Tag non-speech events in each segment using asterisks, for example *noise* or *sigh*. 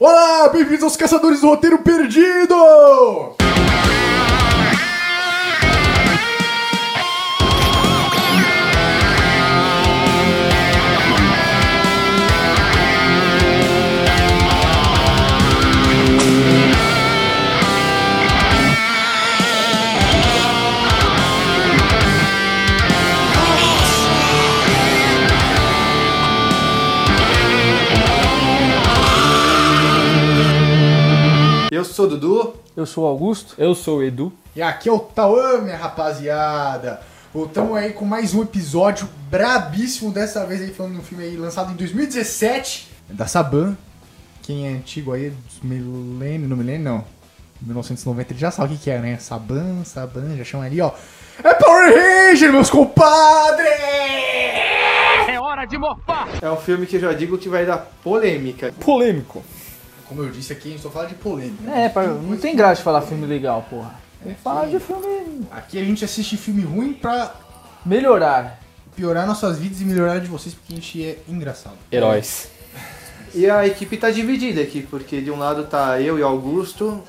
Olá, bem-vindos aos Caçadores do Roteiro Perdido! Eu sou o Dudu. Eu sou o Augusto. Eu sou o Edu. E aqui é o Tauã, minha rapaziada. Voltamos aí com mais um episódio brabíssimo, dessa vez aí falando de um filme aí lançado em 2017, da Saban. Quem é antigo aí, dos milênio, não milênio não. 1990 ele já sabe o que que é, né? Saban, Saban, já chama ali, ó. É Power Ranger, meus compadres! É um filme que eu já digo que vai dar polêmica. Polêmico. Como eu disse aqui, a gente só fala de polêmica. É, pra- não tem graça de falar filme legal, porra. Tem que falar de filme Aqui a gente assiste filme ruim pra melhorar. piorar nossas vidas e melhorar a de vocês, porque a gente é engraçado. Heróis. E a equipe tá dividida aqui, porque de um lado tá eu e Augusto.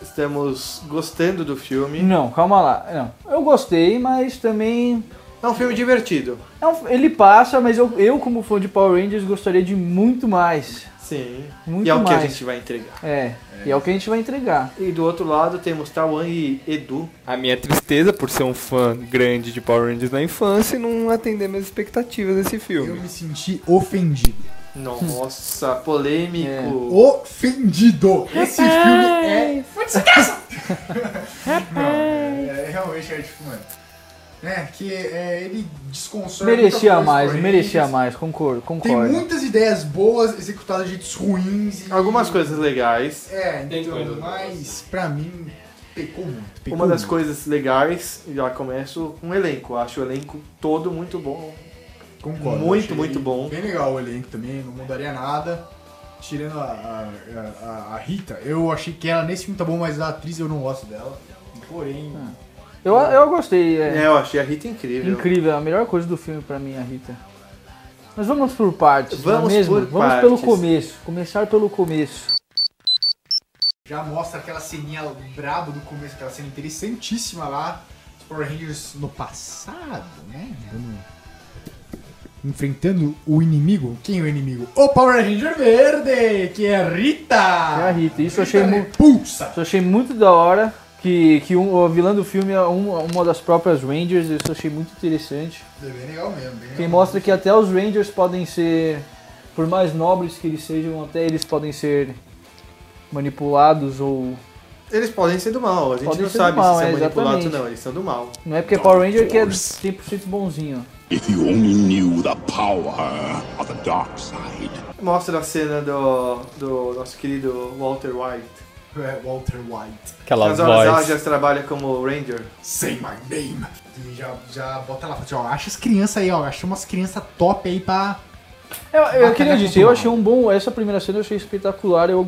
Estamos gostando do filme. Não, calma lá. Não, eu gostei, mas também... É um filme divertido. é um- ele passa, mas eu, eu, como fã de Power Rangers, gostaria de muito mais. Sim. Muito e é o que a mais. gente vai entregar. É, e é o que a gente vai entregar. E do outro lado temos Tawan e Edu. A minha tristeza por ser um fã grande de Power Rangers na infância e não atender minhas expectativas desse Eu filme. me senti ofendido. Nossa, polêmico. É. ofendido. Esse filme é. Não, é, é realmente é tipo, mano. É, que é, ele desconsola. Merecia mais, merecia mais, concordo, Tem concordo. muitas ideias boas executadas de jeitos ruins. É. E... Algumas coisas legais. É, Tem então, coisas mas pra mim pecou muito. Pecou Uma das muito. coisas legais, já começo com o elenco. Acho o elenco todo muito bom. Concordo. muito, achei muito bom. Bem legal o elenco também, não mudaria nada. Tirando a, a- a- a Rita, eu achei que ela nesse filme tá bom, mas a atriz eu não gosto dela. Porém, Ah. Eu, eu gostei, é. É, eu achei a Rita incrível. Incrível, é a melhor coisa do filme pra mim, a Rita. Mas vamos por partes, não Vamos é mesmo? por vamos pelo partes. começo, começar pelo começo. já mostra aquela ceninha brabo do começo, aquela cena interessantíssima lá. Os Power Rangers no passado, né? Dando- Enfrentando o inimigo. Quem é o inimigo? O Power Ranger verde, que é a Rita! É a Rita, isso eu achei muito. Pulsa! Isso eu achei muito da hora que, que um, o vilão do filme é um- uma das próprias Rangers, isso eu achei muito interessante. É bem legal mesmo. Bem Que legal. mostra que até os Rangers podem ser, por mais nobres que eles sejam, até eles podem ser manipulados ou. Eles podem ser do mal, a gente Podem não ser do sabe mal, se é, são manipulados ou exatamente. não, eles são do mal. Não é porque é Power Ranger que é 100% bonzinho. If you only knew the power of the dark side. Mostra a cena do, do nosso querido Walter White. É Walter White. Aquela Nas horas voz. ágeas trabalha como Ranger. Say my name. E já, já bota lá, fala assim, ó, acha as crianças aí, ó, acha umas crianças top aí pra... Eu, eu Batalha queria muito dizer, eu mal. achei um bom. Essa primeira cena eu achei espetacular, eu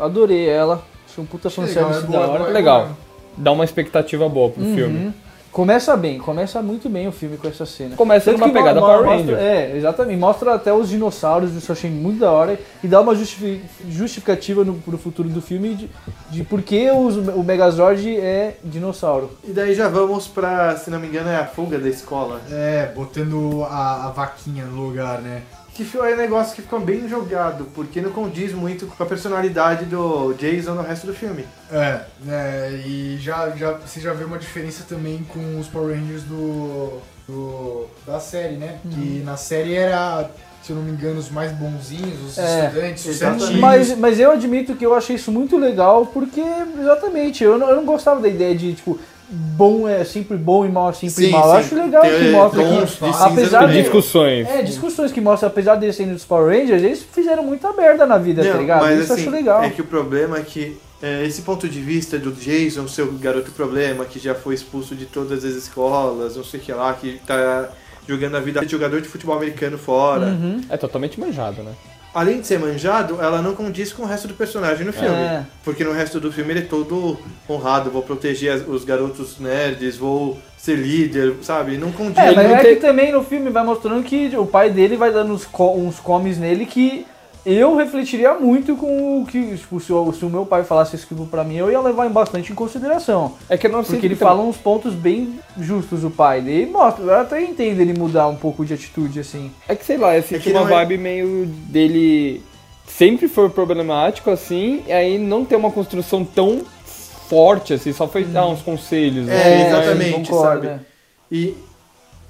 adorei ela. Achei um puta fanservice é da hora. Uhum. Legal. Dá uma expectativa boa pro filme. Começa bem, começa muito bem o filme com essa cena. Começa Tanto numa que mo- pegada mo- Power mostra- Ranger. É, exatamente. Mostra até os dinossauros, isso eu achei muito da hora. E dá uma justifi- justificativa no, pro futuro do filme de, de por que os- o Megazord é dinossauro. E daí já vamos pra, se não me engano, é a fuga da escola. É, botando a, a vaquinha no lugar, né? Que fi- é um negócio que ficou bem jogado, porque não condiz muito com a personalidade do Jason no resto do filme. É, né, e já, já, você já vê uma diferença também com os Power Rangers do, do- da série, né? Uhum. Que na série era, se eu não me engano, os mais bonzinhos, os É, estudantes, os exatamente. certinhos. Mas, mas eu admito que eu achei isso muito legal, porque, exatamente, eu não, eu não gostava da ideia de, tipo, bom é sempre bom e mal é sempre Sim, mal. Eu sim. acho legal Tem, que é, mostra que, tons de cinza apesar no de... meio. Discussões. É, discussões que mostram, apesar deles serem dos Power Rangers, eles fizeram muita merda na vida, tá Não, ligado? mas Isso eu assim, acho legal. é que o problema é que é, esse ponto de vista do Jason, seu garoto problema, que já foi expulso de todas as escolas, não sei o que lá, que tá jogando a vida de jogador de futebol americano fora. Uhum. É totalmente manjado, né? Além de ser manjado, ela não condiz com o resto do personagem no filme. É. Porque no resto do filme ele é todo honrado, vou proteger as- os garotos nerds, vou ser líder, sabe? Não condiz. É, mas não é tem- que também no filme vai mostrando que o pai dele vai dando uns, co- uns comes nele que Eu refletiria muito com o que, tipo, se, o- se o meu pai falasse isso aqui pra mim, eu ia levar em bastante em consideração. É que eu não sei Porque ele então, fala uns pontos bem justos, o pai dele. E Mostra, eu até entendo ele mudar um pouco de atitude, assim. É que sei lá, eu senti que uma não é- vibe meio dele sempre foi problemático assim, e aí não ter uma construção tão forte assim, só foi dar uns conselhos. É, né? Mas- exatamente, sabe? concordo, é. E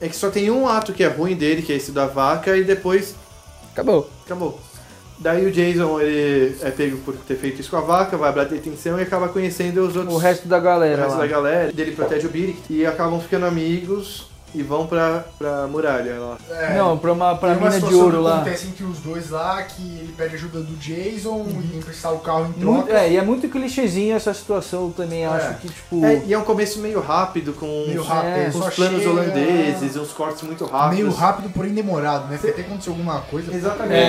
é que só tem um ato que é ruim dele, que é esse da vaca, e depois Acabou. acabou. Daí o Jason ele é pego por ter feito isso com a vaca, vai pra detenção e acaba conhecendo os outros. O resto da o galera resto da lá. galera. Ele protege o Billy e acabam ficando amigos e vão pra, pra muralha lá. É, Não, pra, uma, pra tem uma mina de situação ouro que lá. acontece entre os dois lá, que ele pede ajuda do Jason e emprestar o carro em Uhum. Muito- troca. é, e é muito clichêzinho essa situação também. eu É. Acho que, tipo. É, e é um começo meio rápido, com uns, Meio rápido, é, ele com só uns planos chega- holandeses, uns cortes muito rápidos. Meio rápido, porém demorado, né? Porque até aconteceu alguma coisa. Exatamente. mas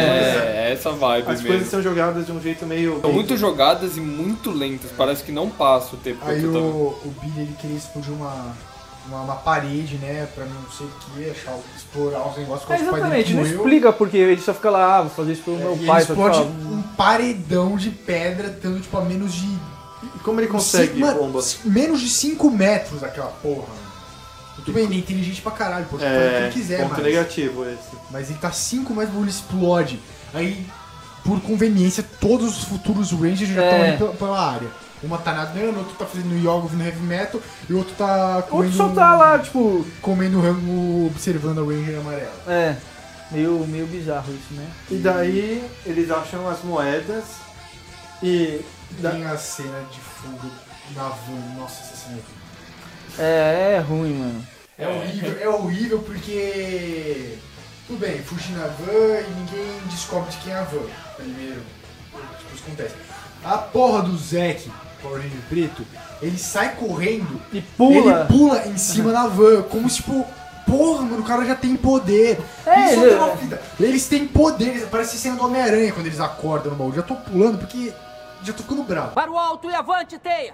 É, essa vibe As coisas mesmo. são jogadas de um jeito meio. São muito jogadas e muito lentas, parece que não passa o tempo que Aí eu tô o, o Billy ele queria explodir uma, uma, uma parede, né? Pra não sei o que, achar, explorar os negócios com É, os pais exatamente, dele não morreu. explica porque ele só fica lá, ah, vou fazer isso pelo É, meu e pai, ele só explode fala, "Hum." um paredão de pedra, tendo tipo a menos de. E como ele consegue Mano, bomba? c- menos de 5 metros aquela porra. Tudo bem, ele é inteligente pra caralho, pode fazer o que É, ele quiser, ponto mas, negativo esse. mas ele tá 5 metros, o bagulho explode. Aí, por conveniência, todos os futuros Rangers já estão É. ali pela, pela área. Uma tá nadando, outro tá fazendo yoga ouvindo heavy metal, e o outro tá comendo, Outro só tá lá, tipo. comendo rango observando a Ranger amarela. É. Meio, meio bizarro isso, né? E daí eles acham as moedas e. da- Tem a cena de fuga na van, nossa, essa cena é horrível. É, é ruim, mano. É horrível, é horrível porque. Tudo bem, fugir na van e ninguém descobre de quem é a van. Primeiro, tipo, isso acontece. A porra do Zack, Power Ranger Preto, ele sai correndo, E pula. ele pula em cima da van, como se tipo. Porra, mano, o cara já tem poder. É, Isso ele- é uma vida. Eles têm poderes, parece sendo Homem-Aranha quando eles acordam no baú. Já tô pulando porque já tô ficando bravo. Para o alto e avante, teia!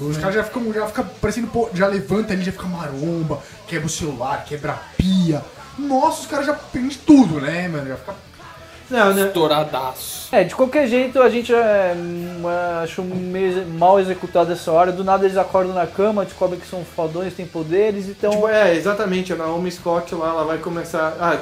Os caras já ficam, já fica parecendo, po- já levanta ali, já fica maromba, quebra o celular, quebra a pia. Nossa, os caras já prendem tudo, né, mano? Já fica Não, né? estouradaço. É, de qualquer jeito a gente é, hum, achou meio mal executada essa hora. Do nada eles acordam na cama, descobrem que são fodões, têm poderes, então. Tipo, é, exatamente, a Naomi Scott lá, ela vai começar. Ah,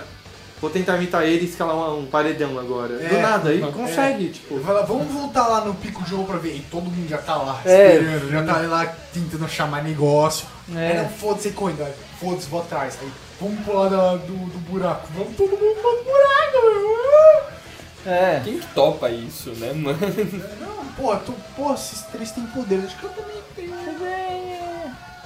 vou tentar imitar ele e escalar uma- um paredão agora. Do É. nada, aí consegue, tipo. Vai lá, vamos voltar lá no pico de ouro pra ver. E todo mundo já tá lá, É. esperando, já tá lá tentando chamar negócio. É. Aí não, foda-se, aí correndo. aí, Foda-se, vou atrás. Aí, vamos pular da- do, do buraco. Vamos todo mundo pro buraco, é. Quem que topa isso, né, mano? meu. Não, pô, tu, pô, esses três têm poder. Acho que eu também tenho.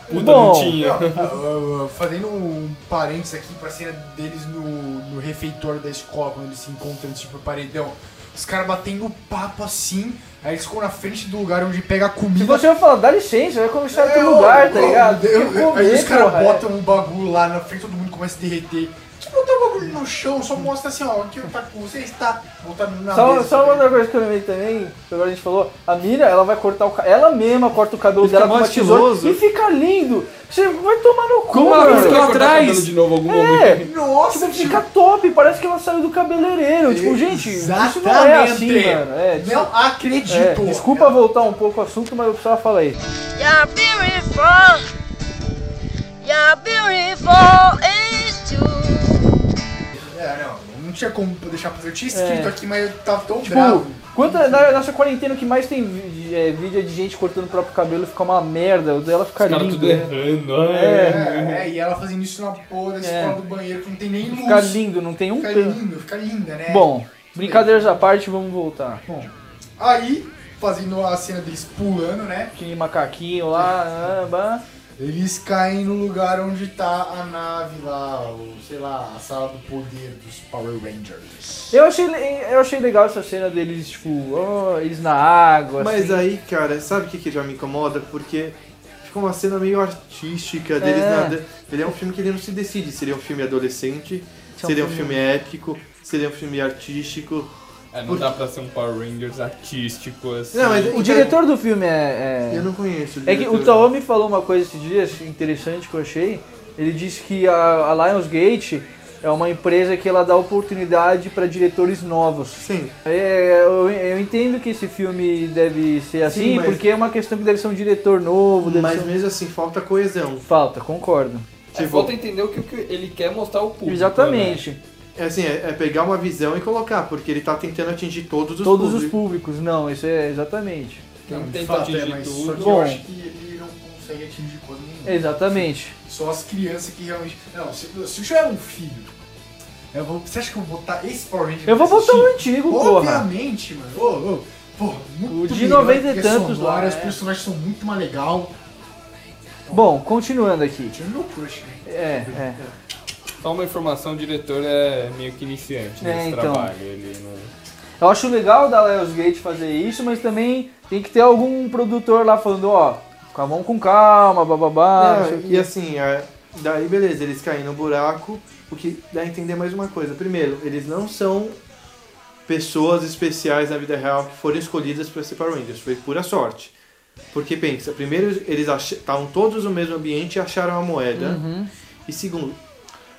Puta, Bom, não tinha. Ah, ah, Fazendo um parênteses aqui pra cena deles no, no refeitório da escola, quando eles se encontram, tipo, paredão. Os caras batendo papo assim, aí eles ficam na frente do lugar onde pega a Se comida. você vai falar, dá licença, vai começar É, outro ô, lugar, tá ô, ligado? eu- Quer comer, aí os caras porra, é. botam um bagulho lá na frente, todo mundo começa a derreter. Que botar o bagulho no chão, só mostra assim, ó, aqui tá com você está botando na Só, mesa. só uma outra coisa que eu lembrei também, que agora a gente falou, a Mira, ela vai cortar o ca- Ela mesma corta o cabelo Fica dela com mó uma tesoura estiloso. e fica lindo. Você vai tomar no cu, Como ela mano. conseguiu cortar atrás? cabelo de novo algum É, momento? Nossa, tipo, fica top, parece que ela saiu do cabeleireiro. Tipo, gente, isso não é assim, Exatamente. mano. É, des- Não acredito. é, desculpa voltar um pouco o assunto, mas eu precisava falar isso. You're beautiful. You're beautiful is true. É, não, não tinha como deixar pra eu tinha escrito É. tá aqui, mas eu tava tão Tipo, bravo. quanto, na nossa quarentena o que mais tem vi- é, vídeo é de gente cortando o próprio cabelo e fica uma merda. O dela fica Os caras lindo. tudo né? errando. É, ai. é, e ela fazendo isso na porra da escola É. do banheiro que não tem nem luz. Fica lindo, não tem um Fica pelo. lindo, fica linda, né? Bom, brincadeiras à parte, vamos voltar. Bom, aí, fazendo a cena deles pulando, né? Aquele macaquinho lá, ah, bah. Eles caem no lugar onde tá a nave lá, ou sei lá, a sala do poder dos Power Rangers. Eu achei, le- eu achei legal essa cena deles, tipo, ó, eles na água, Mas assim. aí, cara, sabe o que, que já me incomoda? Porque fica uma cena meio artística deles É. nada. Ele é um filme que ele não se decide. Seria um filme adolescente, é um seria um filme- filme épico, seria um filme artístico. É, não dá pra ser um Power Rangers artístico assim. Não, mas- O diretor do filme é... é- Eu não conheço. É que o diretor. Taomi falou uma coisa esses dias interessante que eu achei. Ele disse que a, a Lionsgate É uma empresa que ela dá oportunidade para diretores novos. Sim. É, eu, eu entendo que esse filme deve ser assim, Sim, mas- porque é uma questão que deve ser um diretor novo, deve Mas ser... um mesmo assim, falta coesão. Falta, concordo. É, falta entender o que, o que ele quer mostrar ao público. Exatamente. É assim, é, é pegar uma visão e colocar, porque ele tá tentando atingir todos os Todos os públicos. públicos, não, isso é exatamente. Não, um de tenta fato, atingir mas tudo. Só que Bom. eu acho que ele não consegue atingir coisa nenhuma. Exatamente. Só as crianças que realmente. Não, se, se eu tiver um filho, eu vou- você acha que eu vou botar esse Power Ranger? Eu vou pra botar assistir? o antigo, porra. Obviamente, mano. Ô, ô, porra, muito O de melhor, 90 e trilha tantos lá, sonora, Os é. personagens são muito mais legal. Bom, continuando aqui. Tirando meu crush, né? É, é. Só uma informação, o diretor é meio que iniciante É, nesse então. trabalho. Ele não... É Eu acho legal da Lionsgate fazer isso, mas também tem que ter algum produtor lá falando, ó, fica- vamos com calma, bababá, não sei o É, quê. e assim, é, daí beleza, eles caem no buraco, o que dá a entender mais uma coisa. Primeiro, eles não são pessoas especiais na vida real que foram escolhidas para ser Power Rangers, foi pura sorte. Porque pensa, primeiro eles ach- estavam todos no mesmo ambiente e acharam a moeda. Uhum. E segundo,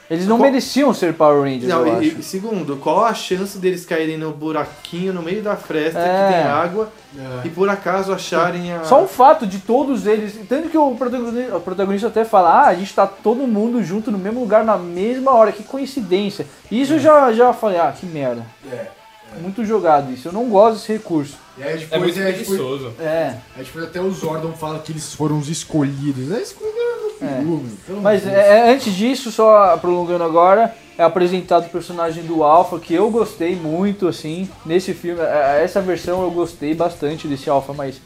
Eles não Qual- mereciam ser Power Rangers, eu não, e- acho. e segundo, qual a chance deles caírem no buraquinho no meio da fresta É. que tem água É. e por acaso acharem a. Só um o fato de todos eles. Tanto que o protagonista, o protagonista até fala, ah, a gente tá todo mundo junto no mesmo lugar na mesma hora, que coincidência. Isso eu É. já, já falei, ah, que merda. É. Muito jogado isso, eu não gosto desse recurso. E aí É depois, muito aí, depois, preguiçoso. É. aí depois até o Zordon fala que eles foram os escolhidos. É escolha do filme. pelo Mas amor de é, é, antes disso, só prolongando agora, é apresentado o personagem do Alpha, que eu gostei muito, assim, nesse filme. É, é, Essa versão eu gostei bastante desse Alpha, mas.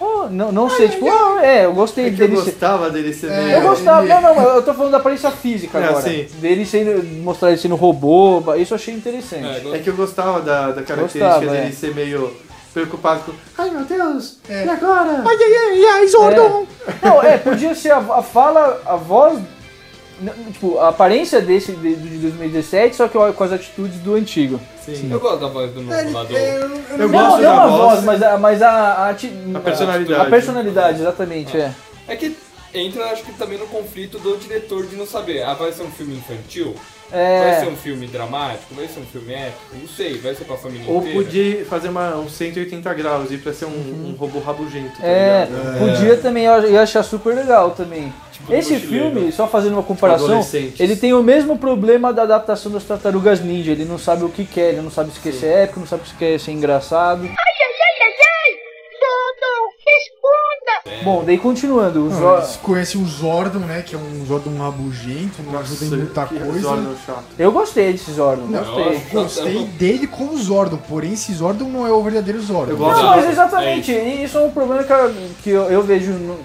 oh, não não sei, tipo, ah, é, eu gostei é que eu dele ser. gostava dele ser É, meio- Eu gostava, ele- não, não, eu tô falando da aparência física É, agora. sim. Dele sendo. mostrar ele sendo robô, isso eu achei É, interessante. go- É que eu gostava da, da característica Gostava, dele é. ser meio preocupado com. Ai meu Deus! É. E agora? Deus. Ai, ai, ai, ai, Zordon! É. Não, é, podia ser a, a fala, a voz. n- Tipo, a aparência desse de, de 2017, só que com as atitudes do antigo. É. Eu gosto da voz do novo lá do... é, eu, Eu não- Não, gosto não da a voz. voz, mas a, mas a, a, ati- A personalidade. A personalidade, exatamente, é. É que entra, acho que também no conflito do diretor de não saber. Ah, vai ser um filme infantil? Vai ser É, um filme dramático? Vai ser um filme épico? Não sei, vai ser pra família Ou inteira? podia fazer uma, um 180 graus e pra ser um, um robô rabugento. tá é, ligado? podia também, eu ia achar super legal também. Tipo, Esse mochileiro. filme, só fazendo uma comparação, Adolescentes. ele tem o mesmo problema da adaptação das Tartarugas Ninja. Ele não sabe o que quer, ele não sabe se quer ser épico, não sabe se quer ser engraçado. Bom, daí continuando, os Não, ó- eles conhecem o Zordon, né? Que é um Zordon rabugento, não Nossa, ajuda em muita que coisa. Zordon chato. eu gostei desses órgãos, Não, gostei. Nossa. Gostei dele como Zordon, porém esse Zordon não é o verdadeiro Zordon. Eu Não, gosto Não, da- mas exatamente. e isso é um problema que, eu- que eu, eu vejo, no-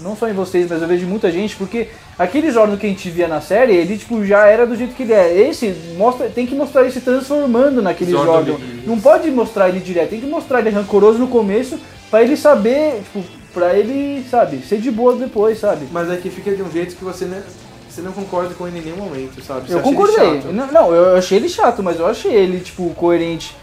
não só em vocês, mas eu vejo em muita gente, porque aquele Jordan que a gente via na série, ele tipo, já era do jeito que ele é. Esse mostra, tem que mostrar ele se transformando naquele Jordan Jordan. Big. Não pode mostrar ele direto, tem que mostrar ele rancoroso no começo, pra ele saber, tipo, pra ele, sabe, ser de boa depois, sabe? Mas é que fica de um jeito que você, né, você não concorda com ele em nenhum momento, sabe? Você Eu acha ele concordei. chato. Não, não, eu achei ele chato, mas eu achei ele, tipo, coerente.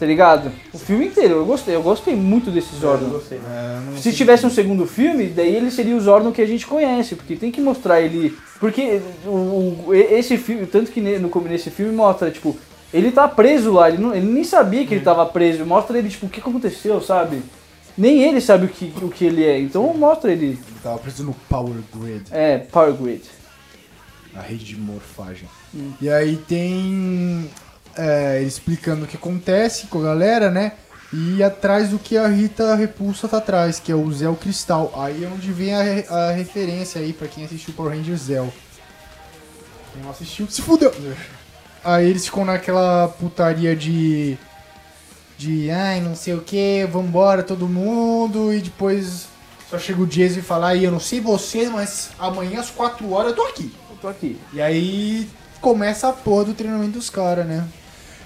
Tá ligado? O filme inteiro, eu gostei, eu gostei muito desse Eu Jordan. não gostei. né? é, não Se sei. tivesse um segundo filme, daí ele seria o Zordon que a gente conhece, porque tem que mostrar ele. Porque o, o- esse filme, tanto que ne- no começo desse filme mostra, tipo, ele tá preso lá, ele, não- ele nem sabia Uhum. que ele tava preso, mostra ele, tipo, o que que aconteceu, sabe? Nem ele sabe o que, o que ele é, então mostra ele. Ele tava preso no Power Grid, É, Power Grid. a rede de morfagem. E aí tem. é, ele explicando o que acontece com a galera, né? E atrás do que a Rita Repulsa tá atrás, que é o Zell Cristal. Aí é onde vem a, re- a referência aí pra quem assistiu Power Rangers Zell. Quem não assistiu, se fudeu! Aí eles ficam naquela putaria de. De ai, não sei o que, vambora todo mundo. E depois só chega o Jason e fala: ai, eu não sei vocês, mas amanhã às 4 horas eu tô aqui. Eu tô aqui. E aí começa a porra do treinamento dos caras, né?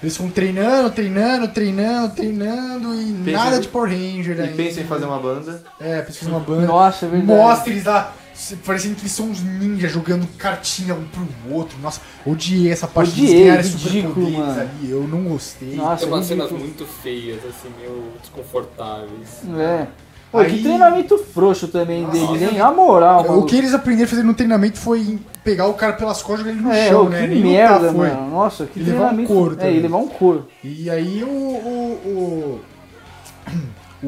Eles ficam treinando, treinando, treinando, treinando e Pensa- nada de Power Ranger E ainda. pensa em fazer uma banda. É, pensa em fazer uma banda. Nossa, é verdade. Mostra eles lá, se- parecendo que eles são uns ninjas jogando cartinha um pro outro. Nossa, odiei essa parte de Odiei, ganharem ridículo, superpoderes mano. ali. Eu não gostei. Nossa, Tem umas é cenas ridículo. muito feias, assim, meio desconfortáveis. É. Pô, que Aí- treinamento frouxo também deles, hein? A moral, mano. O que eles aprenderam a fazer no treinamento foi pegar o cara pelas costas e jogar ele no É, chão, ô, né? que Nem merda, lutar foi. mano. Nossa, que E levar um treinamento. couro é, e também. levar um couro. E aí o, o, *clears throat* o,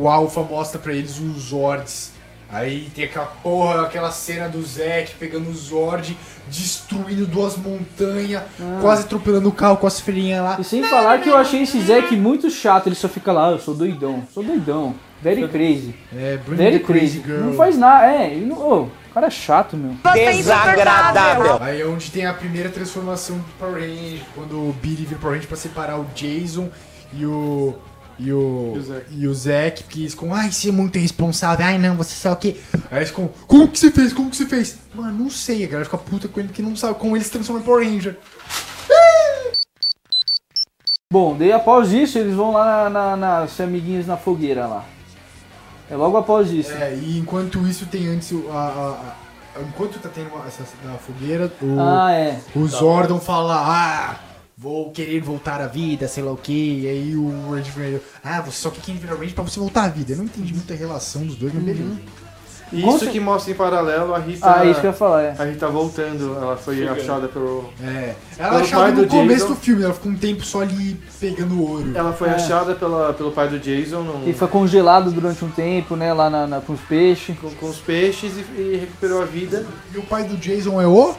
o Alpha mostra pra eles os Zords. Aí tem aquela porra, aquela cena do Zack pegando o Zord, destruindo duas montanhas, Ah. quase atropelando o carro com as ferinhas lá. E sem falar que eu achei esse Zack muito chato, ele só fica lá, "Ah, eu sou doidão, sou doidão. Very crazy. É, Bring Very the Crazy crazy. Girl. Não faz nada, é, ele não, ô, o cara é chato, meu. Desagradável. Aí é onde tem a primeira transformação do Power Ranger, quando o Billy vira Power Ranger pra separar o Jason e o. E o. E o Zack. E o Zack, porque eles ficam, ai, você é muito irresponsável, ai não, você sabe o quê. Aí eles ficam, como que você fez? Como que você fez? Mano, não sei, a galera fica puta com ele que não sabe como eles se transformam em Power Ranger. Bom, daí após isso eles vão lá na, na, nas amiguinhas na fogueira lá. É logo após isso. É, e enquanto isso tem antes o- a. a- a- enquanto tá tendo uma- essa na fogueira, o, Ah, é. o Zordon fala, ah, vou querer voltar à vida, sei lá o que, e aí o Ranger Vermelho, ah, você só quer querer virar Ranger pra você voltar à vida. Eu não entendi muita relação dos dois, mas Uhum. beleza. E Com isso cer- que mostra em paralelo a Rita. Ah, isso que eu ia falar, é. A Rita voltando, ela foi achada pelo. É, Era ela o achava pai no do começo Jason. do filme, ela ficou um tempo só ali pegando ouro. Ela foi É. achada pela, pelo pai do Jason num- Ele foi congelado durante um tempo, né, lá na, na- com os peixes. com, com os peixes e, e recuperou a vida. E o pai do Jason é o?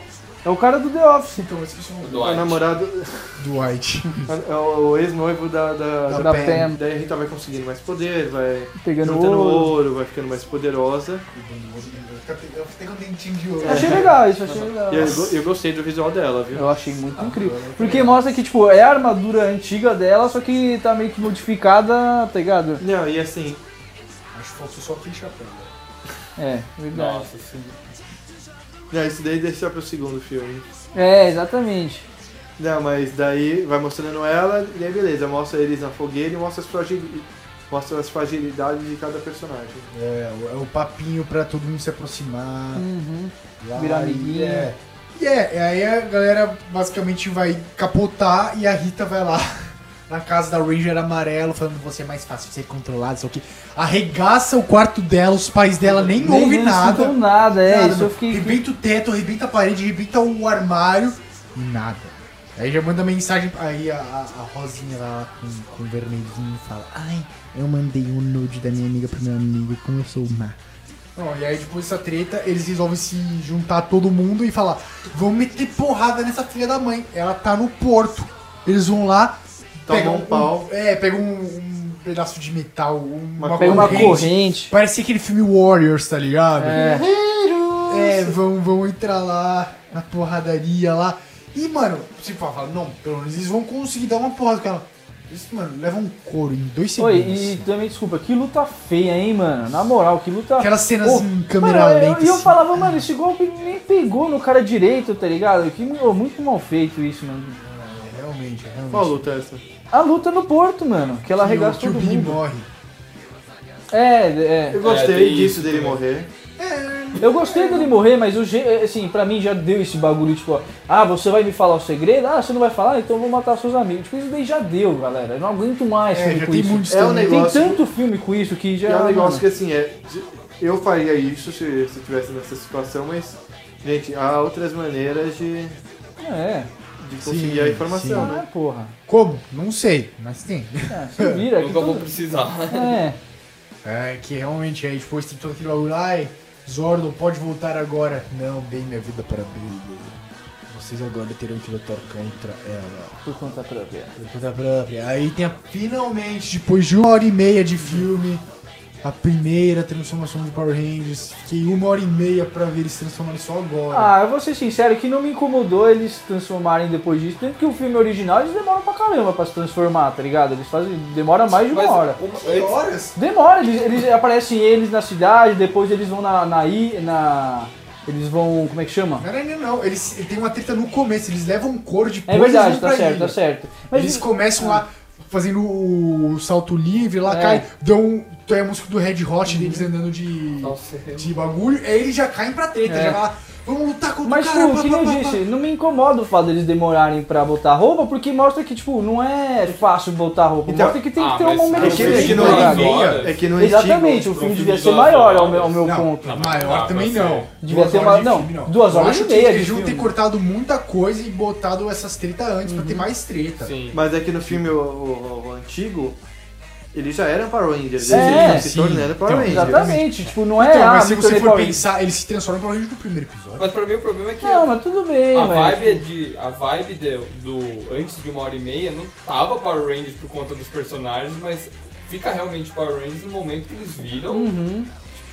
É o cara do The Office. Então, eu esqueci o nome. O namorado, *laughs* Dwight. é o ex-noivo da, da, Da da- Da Pam. Pam, Daí a Rita vai conseguindo mais poder, vai pegando juntando ouro. ouro, vai ficando mais poderosa. Eu fiquei com o dentinho de ouro. Eu achei legal isso, eu achei legal. E eu, go- eu gostei do visual dela, viu? Eu achei muito incrível. Porque mostra que, tipo, é a armadura antiga dela, só que tá meio que modificada, tá ligado? Não, e assim, Acho que faltou só aquele chapéu. É, verdade. Nossa, assim, sim. não, isso daí deixa pro segundo filme. É, exatamente. Não, mas daí vai mostrando ela, e aí beleza, mostra eles na fogueira e mostra as, fragili- mostra as fragilidades de cada personagem. É, o- é o papinho pra todo mundo se aproximar. Uhum. Lá, Virar e amiguinho. É. E é, e aí a galera basicamente vai capotar e a Rita vai lá *laughs* na casa da Ranger amarelo, falando você é mais fácil de ser controlado, sei o que. Arregaça o quarto dela, os pais dela nem Nem- ouvem nem nada. escutam nada, é. nada, isso eu fiquei. Arrebenta o teto, arrebenta a parede, arrebenta o armário. Nada. Aí já manda mensagem. Aí a, a- a Rosinha lá com, com o vermelhinho fala: Ai, eu mandei um nude da minha amiga pro meu amigo, como eu sou má. Bom, e aí depois dessa treta, eles resolvem se juntar todo mundo e falar: Vamos meter porrada nessa filha da mãe. Ela tá no porto. Eles vão lá. Toma pegam um pau. É, pegam um, um pedaço de metal, um- uma, Pega uma corrente. corrente. Parece aquele filme Warriors, tá ligado? É. É, vão, vão entrar lá na porradaria lá. E, mano, você fala, fala, não, pelo menos eles vão conseguir dar uma porrada com ela. Isso, mano, leva um couro em dois Oi, segundos. e também, desculpa, que luta feia, hein, mano? Na moral, que luta. Aquelas cenas Pô, em câmera mano, é, eu- lenta. E eu, assim. falava, mano, esse golpe nem pegou no cara direito, tá ligado? Que ô, muito mal feito isso, mano. É, Realmente, é realmente. Qual luta é essa? A luta no porto, mano, que ela E o- arregaça que o todo Billy mundo. morre. É, é. Eu gostei tem disso isso dele morrer. Eu gostei dele morrer, mas o je- assim, pra mim já deu esse bagulho, tipo, ó, ah, você vai me falar o segredo? Ah, você não vai falar? Então eu vou matar seus amigos. Tipo, isso daí já deu, galera. Eu não aguento mais É, filme já com tem tipo isso. muito É um também. negócio- Tem tanto filme com isso que já. E é um negócio que Ah, mano, assim, é. Eu faria isso se, se tivesse nessa situação, mas. Gente, há outras maneiras de, É, de conseguir Sim, a informação, não é, né? porra. Como? Não sei, mas tem. É, se vira. aqui Nunca vou todo- *laughs* precisar. É. É, que realmente, aí depois tem todo aquele bagulho, ai, Zordon, pode voltar agora. Não, dei minha vida para Billy. Vocês agora terão que lutar contra ela. Por conta própria. Por conta própria. Aí tem a, finalmente, depois de uma hora e meia de filme, a primeira transformação de Power Rangers. Fiquei uma hora e meia pra ver eles transformarem só agora. Ah, eu vou ser sincero que não me incomodou eles se transformarem depois disso, tanto que o filme original eles demoram pra caramba pra se transformar, tá ligado? Eles fazem. demora mais de uma Mas hora. uma- Que horas? Demora, eles, eles aparecem eles na cidade, depois eles vão na, na, i- na. Eles vão. Como é que chama? Não, não, não, não. Eles tem uma treta no começo, eles levam um couro de É verdade, tá certo, tá certo. Mas eles começam lá fazendo o salto livre, lá É. Uhum. cai, dão um. Tem a música do Red Hot deles andando de. Nossa, de bagulho, aí eles já caem pra treta, É. já fala, Vamos lutar contra Mas, o cara. tipo, que nem eu disse, não me incomoda o fato deles demorarem pra botar roupa, porque mostra que, tipo, não é fácil botar roupa. Então, mostra que tem que ah, ter mas um é É momento que, Eu é sei que que no não cara. antigo, agora. é que no Exatamente, o antigo, filme filme devia de ser duas maior, ao horas. meu, ao meu Não, ponto. não, maior dá também pra não. ser. Devia Duas ter horas uma- de não, filme, duas horas Eu acho e que meia de eles deviam ter filme. Uhum. cortado muita coisa e botado essas treta antes pra ter mais treta. Sim. mas é que no filme o, o- o antigo, eles já eram Power Rangers, Sim, eles iam se sim. tornando Power Então, Rangers. Exatamente, tipo, não é. então, ah, mas se me você tornei for Power Ranger. pensar, eles se transformam provavelmente no primeiro episódio. Mas pra mim o problema é que Não, mas tudo bem, a mas. vibe é de. A vibe de- do. Antes de uma hora e meia não tava Power Rangers por conta dos personagens, mas fica realmente Power Rangers no momento que eles viram. Uhum.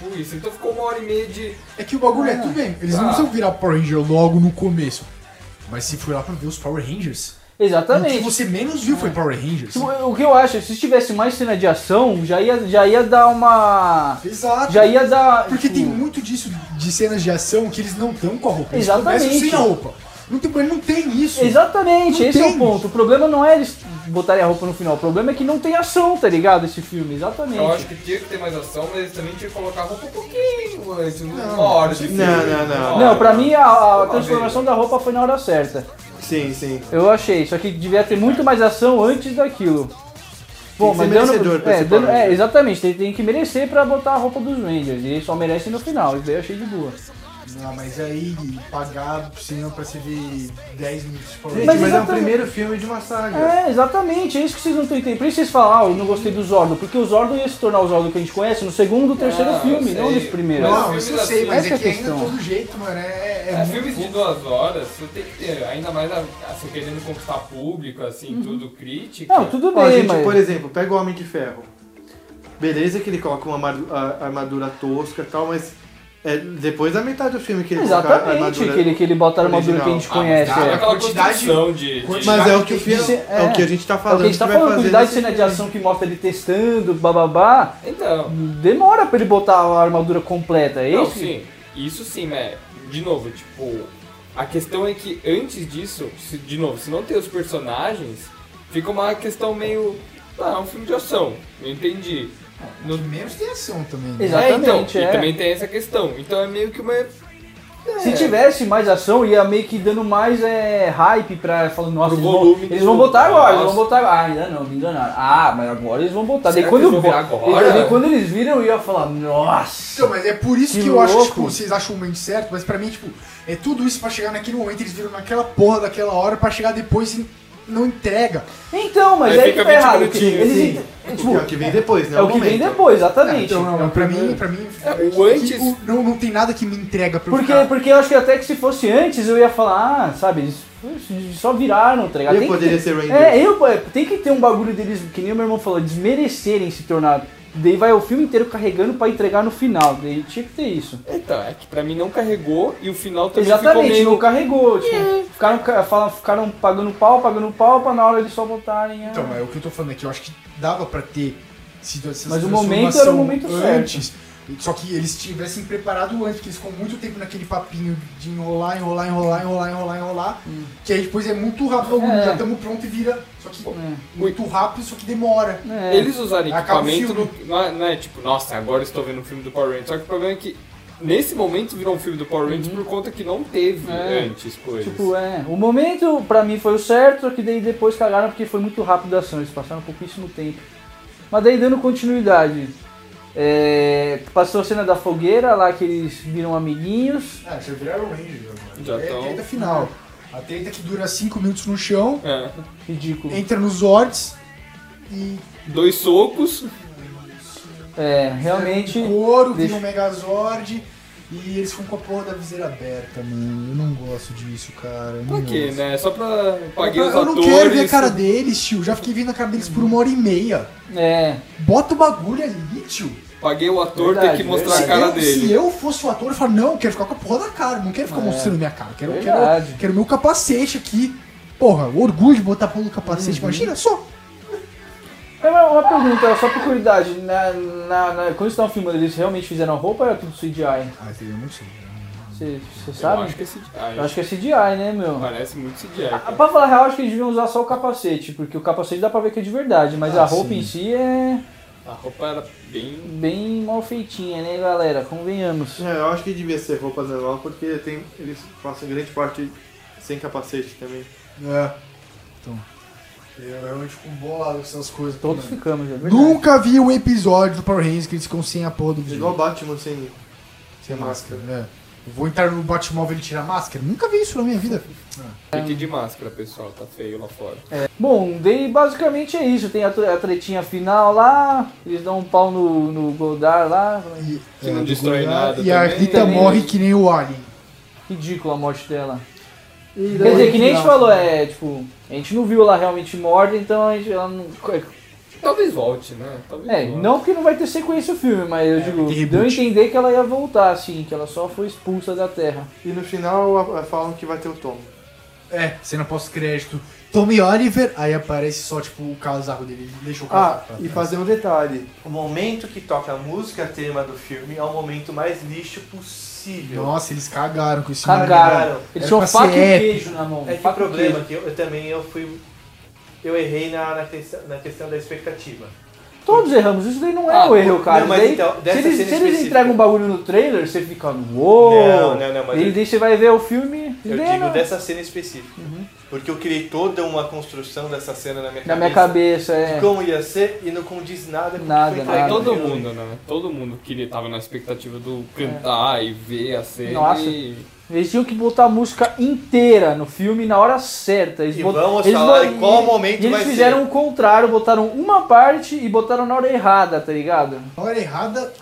Tipo isso. Então ficou uma hora e meia de. É que o bagulho é, tudo bem. Eles Tá. não Ah. precisam virar Power Ranger logo no começo. Mas se for lá pra ver os Power Rangers, o que Exatamente. você menos viu foi Power Rangers. Tipo, o que eu acho, é que se tivesse mais cena de ação, já ia, já ia dar uma. Exato. Já ia dar. Porque tipo, tem muito disso de cenas de ação que eles não estão com a roupa. Eles Exatamente. começam sem a roupa. Não tem, mas não tem isso. Exatamente, Não esse é tem. o ponto. O problema não é eles botarem a roupa no final, o problema é que não tem ação, tá ligado? Esse filme, exatamente. Eu acho que tinha que ter mais ação, mas eles também tinham que colocar roupa um pouquinho antes, né? uma Não. hora de filme. Não, não, não. uma Não, hora. pra mim a, a Uma transformação da roupa foi na hora certa. Sim, sim. Eu achei, só que devia ter muito mais ação antes daquilo. Tem que ser merecedor pra é, ser dando- Power é, Ranger. exatamente, tem, tem que merecer pra botar a roupa dos Rangers. E eles só merecem no final, isso daí eu achei de boa. Não, Ah, mas aí pagar cinema pra você ver 10 minutos de Power Rangers. Gente, mas, Mas é o exatamente- primeiro filme de uma saga. É, exatamente, é isso que vocês não estão entendendo. Por isso vocês falam, ah, eu não gostei do Zordon, porque o Zordon ia se tornar o Zordon que a gente conhece no segundo, terceiro Ah, filme, eu não sei. nesse primeiro. Mas- Não, isso eu sei, mas Essa é é que a ainda questão. todo jeito, mano, é, é, É, muito filmes de duas horas, você tem que ter, ainda mais assim, querendo conquistar público, assim, tudo crítica. Uhum. Não, tudo bem, Ó, gente, mas... por exemplo, pega o Homem de Ferro. Beleza que ele coloca uma armadu- a- armadura tosca e tal, mas é depois da metade do filme que ele coloca a Exatamente, armadura. que ele, que ele bota a armadura que a original. gente conhece. Mas, é. cara, aquela quantidade- construção de, de- Mas é o que o filme, Isso é- é o que a gente tá É o falando. que a gente tá vai falando, fazer quantidade de nesse cena de filme. ação que mostra ele testando, bababá, Então, demora pra ele botar a armadura completa. É não, isso? sim, isso sim, né? De novo, tipo, a questão é que antes disso, se- de novo, se não tem os personagens, fica uma questão meio. Ah, é um filme de ação, eu entendi. No- Pelo menos tem ação também. né? Exato. Exatamente, é. então, E também tem essa questão. Então é meio que uma. É. Se tivesse mais ação, ia meio que dando mais é, hype pra falando, nossa, Pro eles vão, volume eles do- vão botar agora, eles vão Nossa. botar Ah, ainda não, me enganaram. Ah, mas agora eles vão botar. Daí Será quando, que eles vão virar vo- Então, agora? daí quando eles viram, eu ia falar, nossa. Então, mas é por isso Que que, eu acho que tipo, louco. vocês acham o momento certo, mas pra mim, tipo, é tudo isso pra chegar naquele momento, eles viram naquela porra daquela hora pra chegar depois e não entrega. Então, mas Aí aí, fica que tá 20 errado. porque minutinhos, assim. eles, Tipo, é o que vem depois, né? é o que vem momento. depois, exatamente. Então, não, pra mim, pra mim, É, o que- antes- o- não, não tem nada que me entrega pra eu Porque, ficar- porque eu acho que até que se fosse antes eu ia falar, ah, sabe, eles só viraram, tá ligado? Ele Tem que poderia ter- ser Ranger. É, eu, é, tem que ter um bagulho deles, que nem o meu irmão falou, desmerecerem se tornar. Daí vai o filme inteiro carregando pra entregar no final. Daí tinha que ter isso. Então, é que pra mim não carregou e o final também Exatamente, ficou não meio. É. carregou. Tipo, ficaram, ca- fala- ficaram pagando pau, pagando pau, pra na hora eles só botarem. ah. Então, é o que eu tô falando aqui, eu acho que dava pra ter sido essa Mas o momento transformação era o momento antes. Só que eles tivessem preparado antes, porque eles ficam muito tempo naquele papinho de enrolar, enrolar, enrolar, enrolar, enrolar, enrolar. Que aí depois é muito rápido, Hum. É. já estamos pronto e vira. Só que É. muito rápido, só que demora. É. Eles usarem Acaba o equipamento filme. não, não é, não é tipo, nossa, agora estou vendo um filme do Power Rangers. Só que o problema é que nesse momento virou um filme do Power Rangers por conta que não teve Uhum. É. antes coisas. Tipo, é. O momento pra mim foi o certo, só que daí depois cagaram porque foi muito rápido a ação, eles passaram um pouquíssimo tempo. Mas daí dando continuidade. é, passou a cena da fogueira lá que eles viram amiguinhos. Ah, já viraram Ranger, Já É a tão- treta final. A treta que dura 5 minutos no chão, É. Ridículo. entra nos Zords e Dois socos. É, realmente. couro, Deixa- vira um Megazord. E eles ficam com a porra da viseira aberta, mano. Eu não gosto disso, cara. eu Pra não quê, gosto. né? Só pra. Paguei Eu os não atores. né? quero ver a cara deles, tio. Já fiquei vendo a cara deles por uma hora e meia. É. Bota o bagulho ali, tio. Paguei o ator, tem Verdade, né? que mostrar Se a cara eu, se dele. eu fosse o ator, eu falava, não, eu quero ficar com a porra da cara. Não quero ficar É. mostrando minha cara. Quero, quero, Verdade. quero meu capacete aqui. Porra, o orgulho de botar a porra no capacete. Uhum. Imagina só. É uma, uma pergunta, só por curiosidade. Na, na, na- quando eles estavam filmando, eles realmente fizeram a roupa ou era tudo CGI? Ah, seria muito sim. né? Você você Eu sabe? acho que esse. Ah, Eu acho que é CGI, né, meu? Parece muito CGI. Ah, cara. Pra falar a real, acho que eles deviam usar só o capacete, porque o capacete dá pra ver que é de é verdade, mas Ah, a roupa sim. em si é. A roupa era bem. Bem mal feitinha, né, galera? Convenhamos. É, eu acho que devia ser roupa normal, porque tem, eles passam grande parte sem capacete também. É. Então. Eu realmente fico bolado com essas coisas. Todos mano. ficamos, é verdade. Nunca vi um episódio do Power Rangers que eles ficam sem a porra do É Igual visual. Batman sem. Sem máscara. É. Eu vou entrar no Batmóvel e ele tirar a máscara. Nunca vi isso na minha vida. É. Fique de máscara, pessoal. Tá feio lá fora. Bom, daí basicamente é isso. Tem a tre- a tretinha final lá, eles dão um pau no, no Goldar lá. E, Que é, não do destrói Goiás. nada E a também. Rita Também. morre que nem o Alien. Ridícula a morte dela. E Quer dizer, que nem a gente graça, falou, é tipo, a gente não viu ela realmente morta, então a gente. Ela não, Talvez volte, né? Talvez é, volte. não porque não vai ter sequência o filme, mas eu tem digo, reboot. deu a entender que ela ia voltar, assim, que ela só foi expulsa da Terra. E no final a- a- falam que vai ter o Tom. É, cena pós-crédito. Tommy Oliver, aí aparece só, tipo, o casaco dele. Ele deixa o Ah, casaco pra e trás. fazer um detalhe. O momento que toca a música tema do filme é o momento mais lixo possível. Nossa, eles cagaram com esse Cagaram. Cagaram. Era Eles tinham pra faca e ser épico. queijo na mão. É que o faca e problema é queijo. que eu, eu também eu fui. Eu errei na, na, questão, na questão da expectativa. Todos erramos, isso daí não é Ah, um erro, cara. não, mas Daí, então, se dessa eles, cena se eles específica- entregam um bagulho no trailer, você fica, uou! Não, não, não, mas E eu- daí você vai ver o filme. né? Eu daí digo não- dessa cena específica. Porque eu criei toda uma construção dessa cena na minha Uhum. Na cabeça. minha cabeça, é. De como ia ser e não condiz nada com o que Nada, foi nada. entregue no Todo filme. mundo, né? Todo mundo queria, tava na expectativa do cantar e ver a cena. É. Nossa. E... Eles tinham que botar a música inteira no filme na hora certa. Eles E bot- vamos eles falar bo- em qual momento E eles vai fizeram ser. o contrário, botaram uma parte e botaram na hora errada, tá ligado? Na hora errada,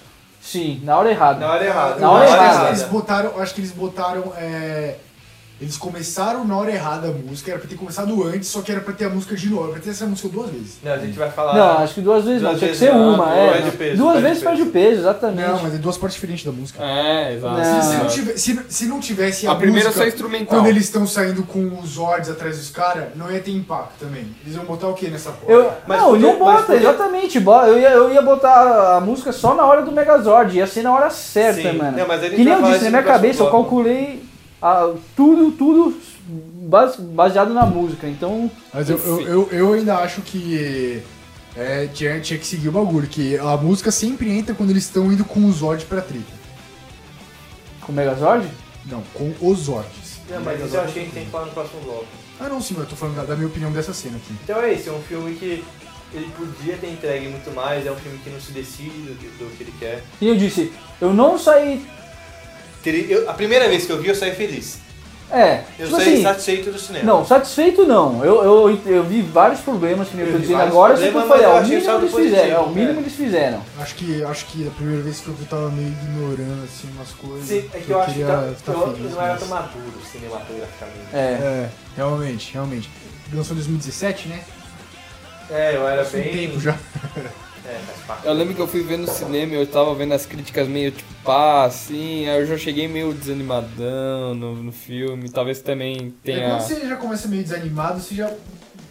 Sim, na hora errada. Na hora errada. Na hora eu acho errada. que Eles botaram, eu acho que eles botaram. é, Eles começaram na hora errada a música, era pra ter começado antes, só que era pra ter a música de novo, era pra ter essa música duas vezes. Não, a gente vai falar. Não, acho que duas vezes Duas não, tinha que vezes ser não, uma, duas é. de peso, duas perde vezes peso. perde o peso, exatamente. Não, mas é duas partes diferentes da música. É, exato. Não. Se, Exato. não tive- se- se não tivesse a, é A primeira música, só instrumental. quando eles estão saindo com os ordens atrás dos caras, não ia ter impacto também. Eles iam botar o que nessa porra? Eu, Mas não, podia- não bota, mas podia- exatamente. bo- Eu ia, eu ia botar a música só na hora do Megazord, ia ser na hora certa, Sim. mano. Não, mas a gente que nem vai eu falar disse, isso na no minha próximo cabeça eu bloco. calculei ah, tudo, tudo bas- baseado na música. Então, Mas eu, eu, eu, eu ainda acho que é, tinha, tinha que seguir o bagulho, que a música sempre entra quando eles estão indo com os ordens pra treta. com o Megazord? Não, com os ordens. Não, mas isso eu achei que tem que falar no próximo bloco. Ah não, sim, mas eu tô falando da, da minha opinião dessa cena aqui. Então é isso, é um filme que ele podia ter entregue muito mais, é um filme que não se decide do que, do que ele quer. E eu disse, eu não saí. Teria- eu- a primeira vez que eu vi, eu saí feliz. É, Eu tipo saí assim, satisfeito do cinema. não, satisfeito não. Eu, eu, eu vi vários problemas que nem eu tô Eu vi dizendo vários agora, só que eu problemas, falei, mas eu ó, o achei mínimo saldo eles fizeram, é, o positivo, mínimo né? eles fizeram. Acho que, acho que a primeira vez que eu vi, eu tava meio ignorando, assim, umas coisas. Sim, é que eu acho que queria tá- estar eu- feliz, não era mas- tão maduro cinematograficamente. É. É, realmente, realmente. Lançou em 2017, né? É, eu era Tem bem. um tempo já. É, faz parte. Eu lembro que eu fui ver no cinema e eu tava vendo as críticas meio tipo, pá, assim, aí eu já cheguei meio desanimadão no, no filme, talvez também É, tenha. Quando você já começa meio desanimado, você já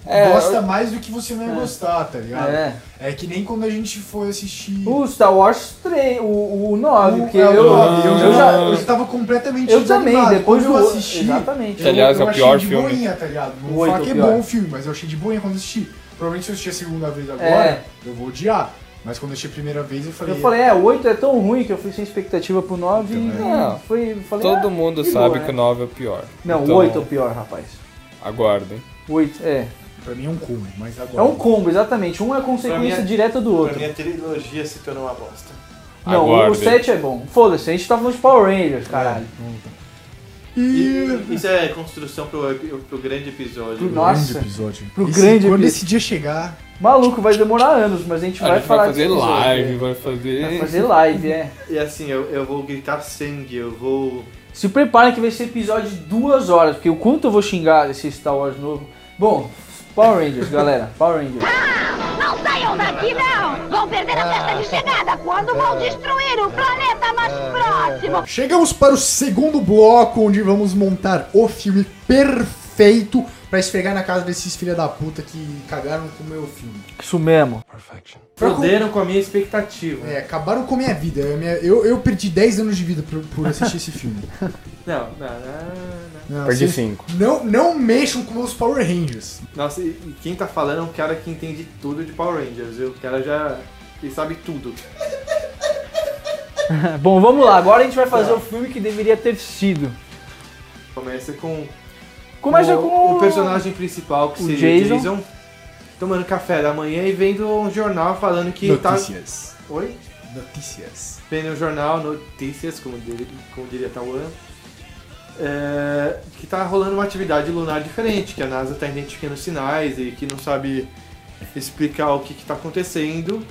É, gosta eu- mais do que você não ia gostar, tá ligado? É. é. que nem quando a gente foi assistir. O Star Wars 3, o, o 9, porque é, eu, o nove, Ah. eu, eu, já, já. eu já tava completamente Eu também, desanimado. depois quando do- eu assisti. exatamente. eu- Que, aliás, é o eu achei pior de filme. boinha, tá ligado? Não O vou oito falar é o que é pior. bom o filme, mas eu achei de boinha quando eu assisti. Provavelmente se eu assistir a segunda vez agora, É. eu vou odiar. Mas quando eu assisti a primeira vez, eu falei. Eu falei, é, o 8 é tão ruim que eu fui sem expectativa pro 9 e Então, é. não, foi, falei, Todo ah, mundo de sabe boa, que o né? 9 é o pior. Não, Então, o 8 é o pior, rapaz. Aguardem. O 8, é. Pra mim é um cume, mas É agora. um combo, exatamente. Um é consequência Pra mim é- direta do Pra outro. mim a trilogia se tornou uma bosta. Não, o Aguardem. 7 é bom. Foda-se, a gente tá falando de Power Rangers, caralho. É, E. Isso é construção pro, pro grande episódio. Pro- Nossa. Grande episódio. Pro E grande se, quando episódio. esse dia chegar, Maluco, vai demorar anos, mas a gente A vai gente falar vai fazer disso. live, vai fazer. Vai fazer live, é. E assim, eu, eu vou gritar sangue, eu vou. Se preparem que vai ser episódio de duas horas, porque o quanto eu vou xingar esse Star Wars novo. Bom, Power Rangers, galera. *laughs* Power Rangers. Ah, Não saiam daqui, não! Vão perder a festa de chegada quando vão destruir o planeta mais próximo! Chegamos para o segundo bloco, onde vamos montar o filme perfeito pra esfregar na casa desses filha da puta que cagaram com o meu filme. Isso mesmo. Pra com- Fuderam com a minha expectativa. É, acabaram com a minha vida. Eu, minha- eu, eu perdi 10 anos de vida por, por assistir esse *laughs* filme. Não, não, não, não. Não, Perdi vocês- 5. Não, não mexam com os Power Rangers. Nossa, e e quem tá falando é um cara que entende tudo de Power Rangers, viu? O cara já. Ele sabe tudo. *laughs* Bom, vamos lá. Agora a gente vai Tá. fazer o filme que deveria ter sido. Começa com Começa o, com o personagem principal, que o seria Jason. Jason. Jason, tomando café da manhã e vendo um jornal falando que Notícias. tá. Oi? Notícias. Vendo um jornal, notícias, como, dele, como diria Tauan, é, que tá rolando uma atividade lunar diferente, que a NASA tá identificando sinais e que não sabe explicar o que, que tá acontecendo.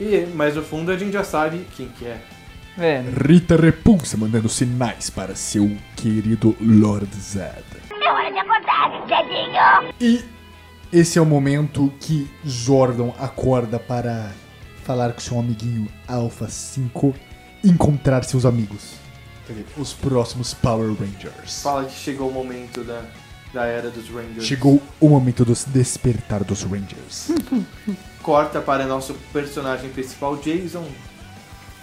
E, mas no fundo a gente já sabe quem que é. É. Rita Repulsa mandando sinais para seu querido Lord Zed. É hora de acordar, Zedinho! E esse é o momento que Jordan acorda para falar com seu amiguinho Alpha 5 encontrar seus amigos. Quer dizer, Os próximos Power Rangers. Fala que chegou o momento da, da era dos Rangers. Chegou o momento do despertar dos Rangers. Corta para nosso personagem principal, Jason.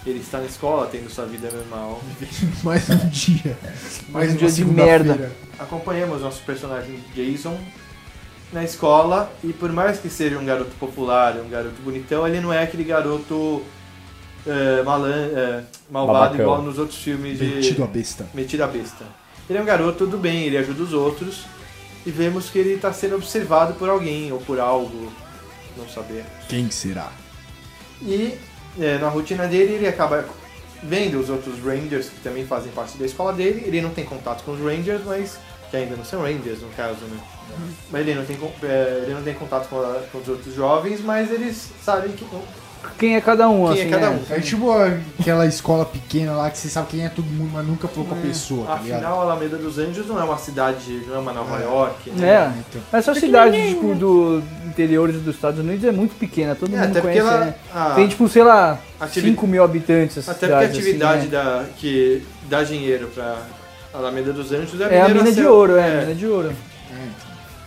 Ele está na escola, tendo sua vida normal. *laughs* Mais um dia. Mais um uma dia de segunda-feira. merda. Acompanhamos nosso personagem Jason na escola e por mais que seja um garoto popular, um garoto bonitão, ele não é aquele garoto eh, malan- eh, malvado Babacão. igual nos outros filmes de Metido a besta. metido a besta. Ele é um garoto do bem, ele ajuda os outros e vemos que ele está sendo observado por alguém ou por algo, não saber. Quem será? E é, na rotina dele ele acaba vendo os outros Rangers que também fazem parte da escola dele. Ele não tem contato com os Rangers, mas que ainda não são Rangers no caso, né? Mas ele não tem, con- é, ele não tem contato com, a- com os outros jovens, mas eles sabem que, Quem é cada um, quem assim. é cada né? um. É tipo aquela escola pequena lá que você sabe quem é todo mundo, mas nunca falou com a pessoa, tá ligado? É. Afinal, Alameda dos Anjos não é uma cidade, não é uma Nova York, né? É. Então, Mas só cidade tipo, do interior dos Estados Unidos é muito pequena, todo É, mundo até porque conhece, ela. né? a- Tem tipo, sei lá, ativi- 5 mil habitantes essa até porque a cidade, atividade assim, né? da, que dá dinheiro pra Alameda dos Anjos é a É a mineração. mina de ouro, é, a É. mina de ouro.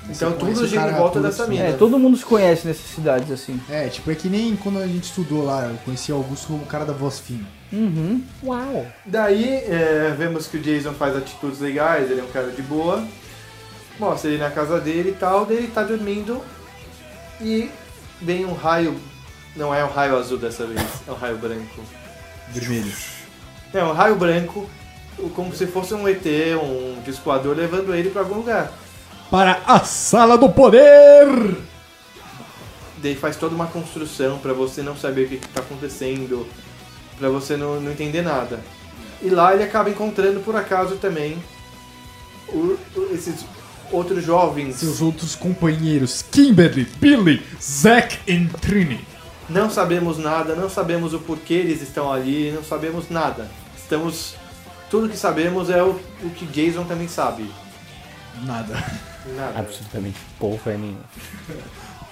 Então tudo gira em volta dessa mina. É, todo mundo se conhece nessas cidades, assim. É, tipo, é que nem quando a gente estudou lá, eu conheci o Augusto como o cara da voz fina. Uhum. Daí é, vemos que o Jason faz atitudes legais, ele é um cara de boa. Mostra ele na casa dele e tal, daí ele tá dormindo e vem um raio. Não é um raio azul dessa vez, é um raio branco. Vermelho. É um raio branco, como se fosse um ET, um disco voador, levando ele pra algum lugar. Para a sala do poder! Daí faz toda uma construção pra você não saber o que, que tá acontecendo, pra você não, não entender nada. E lá ele acaba encontrando por acaso também o- o- esses outros jovens. Seus outros companheiros, Kimberly, Billy, Zack e Trini. Não sabemos nada, não sabemos o porquê eles estão ali, não sabemos nada. Estamos. Tudo que sabemos é o, o que Jason também sabe. Nada. Nada. Absolutamente porra nenhuma.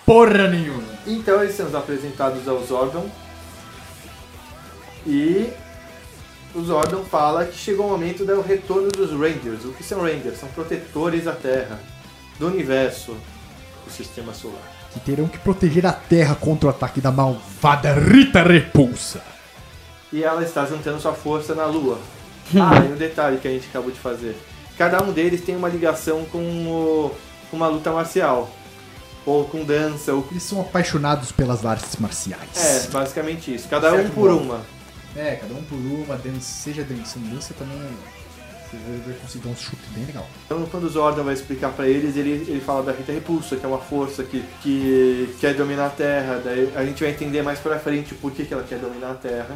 Porra nenhuma. Então eles são apresentados ao Zordon. E o Zordon fala que chegou o momento do retorno dos Rangers. O que são Rangers? São protetores da Terra, do universo, do sistema solar. Que terão que proteger a Terra contra o ataque da malvada Rita Repulsa. E ela está juntando sua força na Lua. Hum. Ah, e um detalhe que a gente acabou de fazer. Cada um deles tem uma ligação com, o- com uma luta marcial. Ou com dança, ou... Eles são apaixonados pelas artes marciais. É, basicamente isso. Cada um Certo, por bom. uma. É, cada um por uma, dança, seja dançando, dança também. Você vai ver conseguir dar um chute bem legal. Então, quando o Zordon vai explicar pra eles, ele, ele fala da Rita Repulsa, que é uma força que, que quer dominar a Terra. Daí a gente vai entender mais pra frente por que, que ela quer dominar a Terra.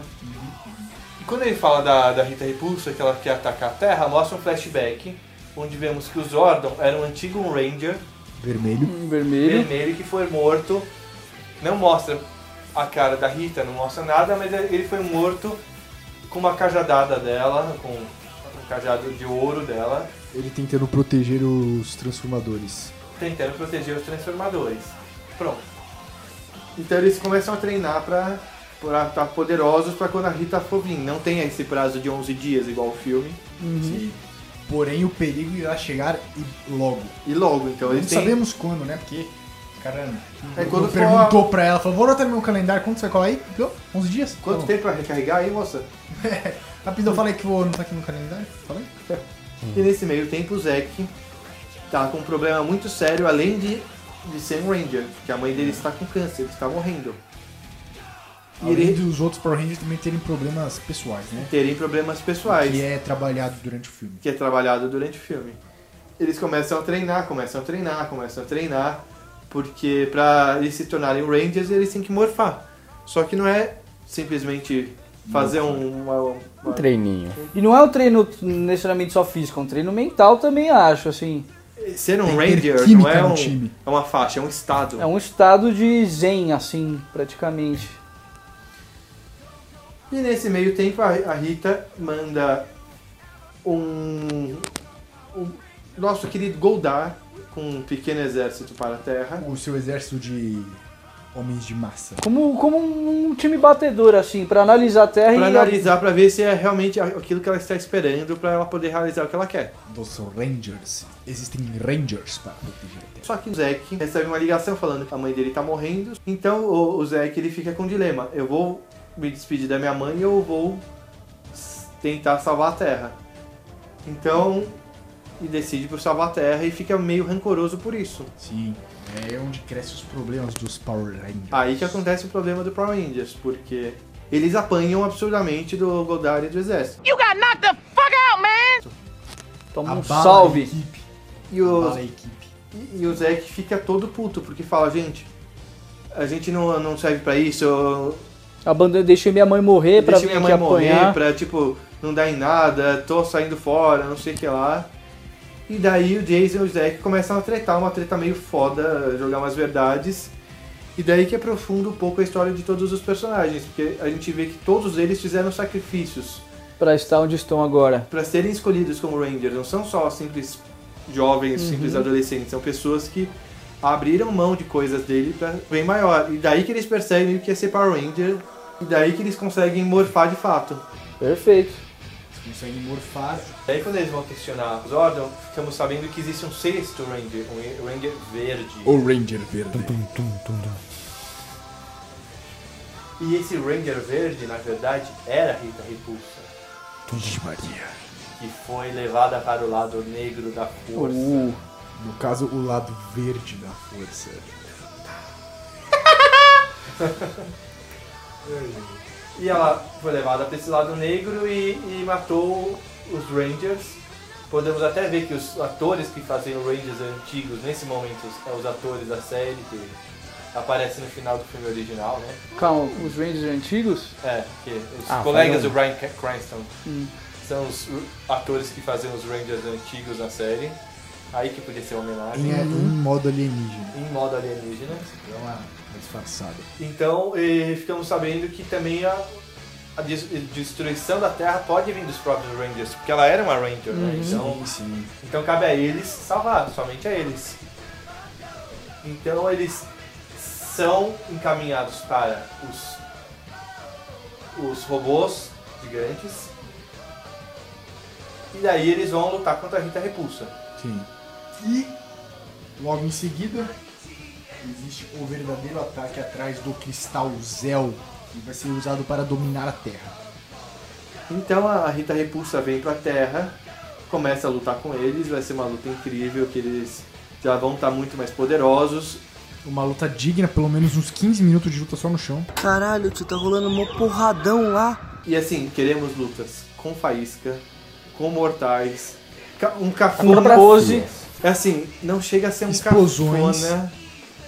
E quando ele fala da, da Rita Repulsa, que ela quer atacar a Terra, mostra um flashback onde vemos que o Zordon era um antigo Ranger Vermelho. Um vermelho. vermelho que foi morto. Não mostra a cara da Rita, não mostra nada, mas é, ele foi morto com uma cajadada dela, com um cajado de ouro dela. Ele tentando proteger os transformadores. tentando proteger os transformadores. Pronto. Então eles começam a treinar pra, pra tá estar poderosos pra quando a Rita for vir. Não tem esse prazo de 11 dias igual o filme. Sim. Porém, o perigo irá chegar e logo. E logo, então Não eles têm... sabemos quando, né? Porque, caramba, É, eu quando for perguntou pra ela, falou, vou anotar no meu calendário, quando você vai colar aí? Deu 11 dias? Quanto Tá bom. tempo pra recarregar aí, moça? Rapidão, falei que vou anotar aqui no calendário? Falei? Hum. E nesse meio tempo o Zack tá com um problema muito sério, além de, de ser um Ranger, que a mãe dele está com câncer, ele está morrendo. E Além ele- dos outros Power Rangers também terem problemas pessoais, né? terem problemas pessoais. Que é trabalhado durante o filme. que é trabalhado durante o filme. Eles começam a treinar, começam a treinar, começam a treinar, porque pra eles se tornarem Rangers eles têm que morfar. Só que não é simplesmente fazer um, uma- uma- Um treininho. E não é um treino necessariamente só físico, é um treino mental também, acho, assim. Ser Tem um que ter Ranger não química é, no um- time. é uma faixa, é um estado. É um estado de zen, assim, praticamente. E nesse meio tempo a, a Rita manda um, um nosso querido Goldar com um pequeno exército para a Terra. O seu exército de homens de massa. Como, como um time batedor, assim, pra analisar a terra Pra e. analisar, pra ver se é realmente aquilo que ela está esperando pra ela poder realizar o que ela quer. Dos Rangers. Existem Rangers para proteger a Terra. Só que o Zack recebe uma ligação falando que a mãe dele tá morrendo. Então o, o Zack ele fica com um dilema: eu vou me despedir da minha mãe ou eu vou s- tentar salvar a Terra? Então ele decide por salvar a Terra e fica meio rancoroso por isso. Sim. É onde crescem os problemas dos Power Rangers. Aí que acontece o problema do Power Rangers, porque eles apanham absurdamente do Goldar e do exército. Toma um Abala a salve. equipe. E o, Abala a equipe. E, e o Zack fica todo puto, porque fala, gente, a gente não, não serve pra isso, eu Abandonei, deixei minha mãe morrer pra deixei vir minha aqui mãe morrer, apanhar. pra, tipo, não dar em nada, tô saindo fora, não sei o que lá. E daí o Jason e o Zack começam a tretar, uma treta meio foda, jogar umas verdades. E daí que aprofunda um pouco a história de todos os personagens, porque a gente vê que todos eles fizeram sacrifícios Pra estar onde estão agora. para serem escolhidos como Rangers. Não são só simples jovens, simples adolescentes, são pessoas que abriram mão de coisas dele para bem maior. E daí que eles percebem o que é ser Power Ranger, e daí que eles conseguem morfar de fato. Perfeito. Eles conseguem morfar. Daí quando eles vão questionar os Zordon, ficamos sabendo que existe um sexto Ranger, um Ranger verde. O Ranger verde. E esse Ranger verde, na verdade, era Rita Repulsa, Vixe Maria. que foi levada para o lado negro da força. Uh, No caso, o lado verde da força. E ela foi levada para esse lado negro e, e matou os Rangers. Podemos até ver que os atores que fazem os Rangers antigos nesse momento são os atores da série que aparecem no final do filme original, né? calma, os Rangers antigos? É, que os colegas do Brian Ca- Cranston são os r- atores que fazem os Rangers antigos na série. Aí que podia ser uma Em, homenagem em é, um modo alienígena. em modo alienígena. Dá uma disfarçada. Então, eh, ficamos sabendo que também a, a des- destruição da Terra pode vir dos próprios Rangers, porque ela era uma Ranger, né? Então, sim. então cabe a eles salvar, somente a eles. Então eles são encaminhados para os, os robôs gigantes. E daí eles vão lutar contra a Rita Repulsa. Sim. E, logo em seguida, existe o verdadeiro ataque atrás do Cristal Zel, que vai ser usado para dominar a Terra. Então a Rita Repulsa vem pra Terra, começa a lutar com eles, vai ser uma luta incrível, que eles já vão estar muito mais poderosos. Uma luta digna, pelo menos uns 15 minutos de luta só no chão. Caralho, tio, tá rolando mó porradão lá. E assim, queremos lutas com faísca, com mortais, ca- um cafona. Com pose. É assim, não chega a ser um Explosões. cafona.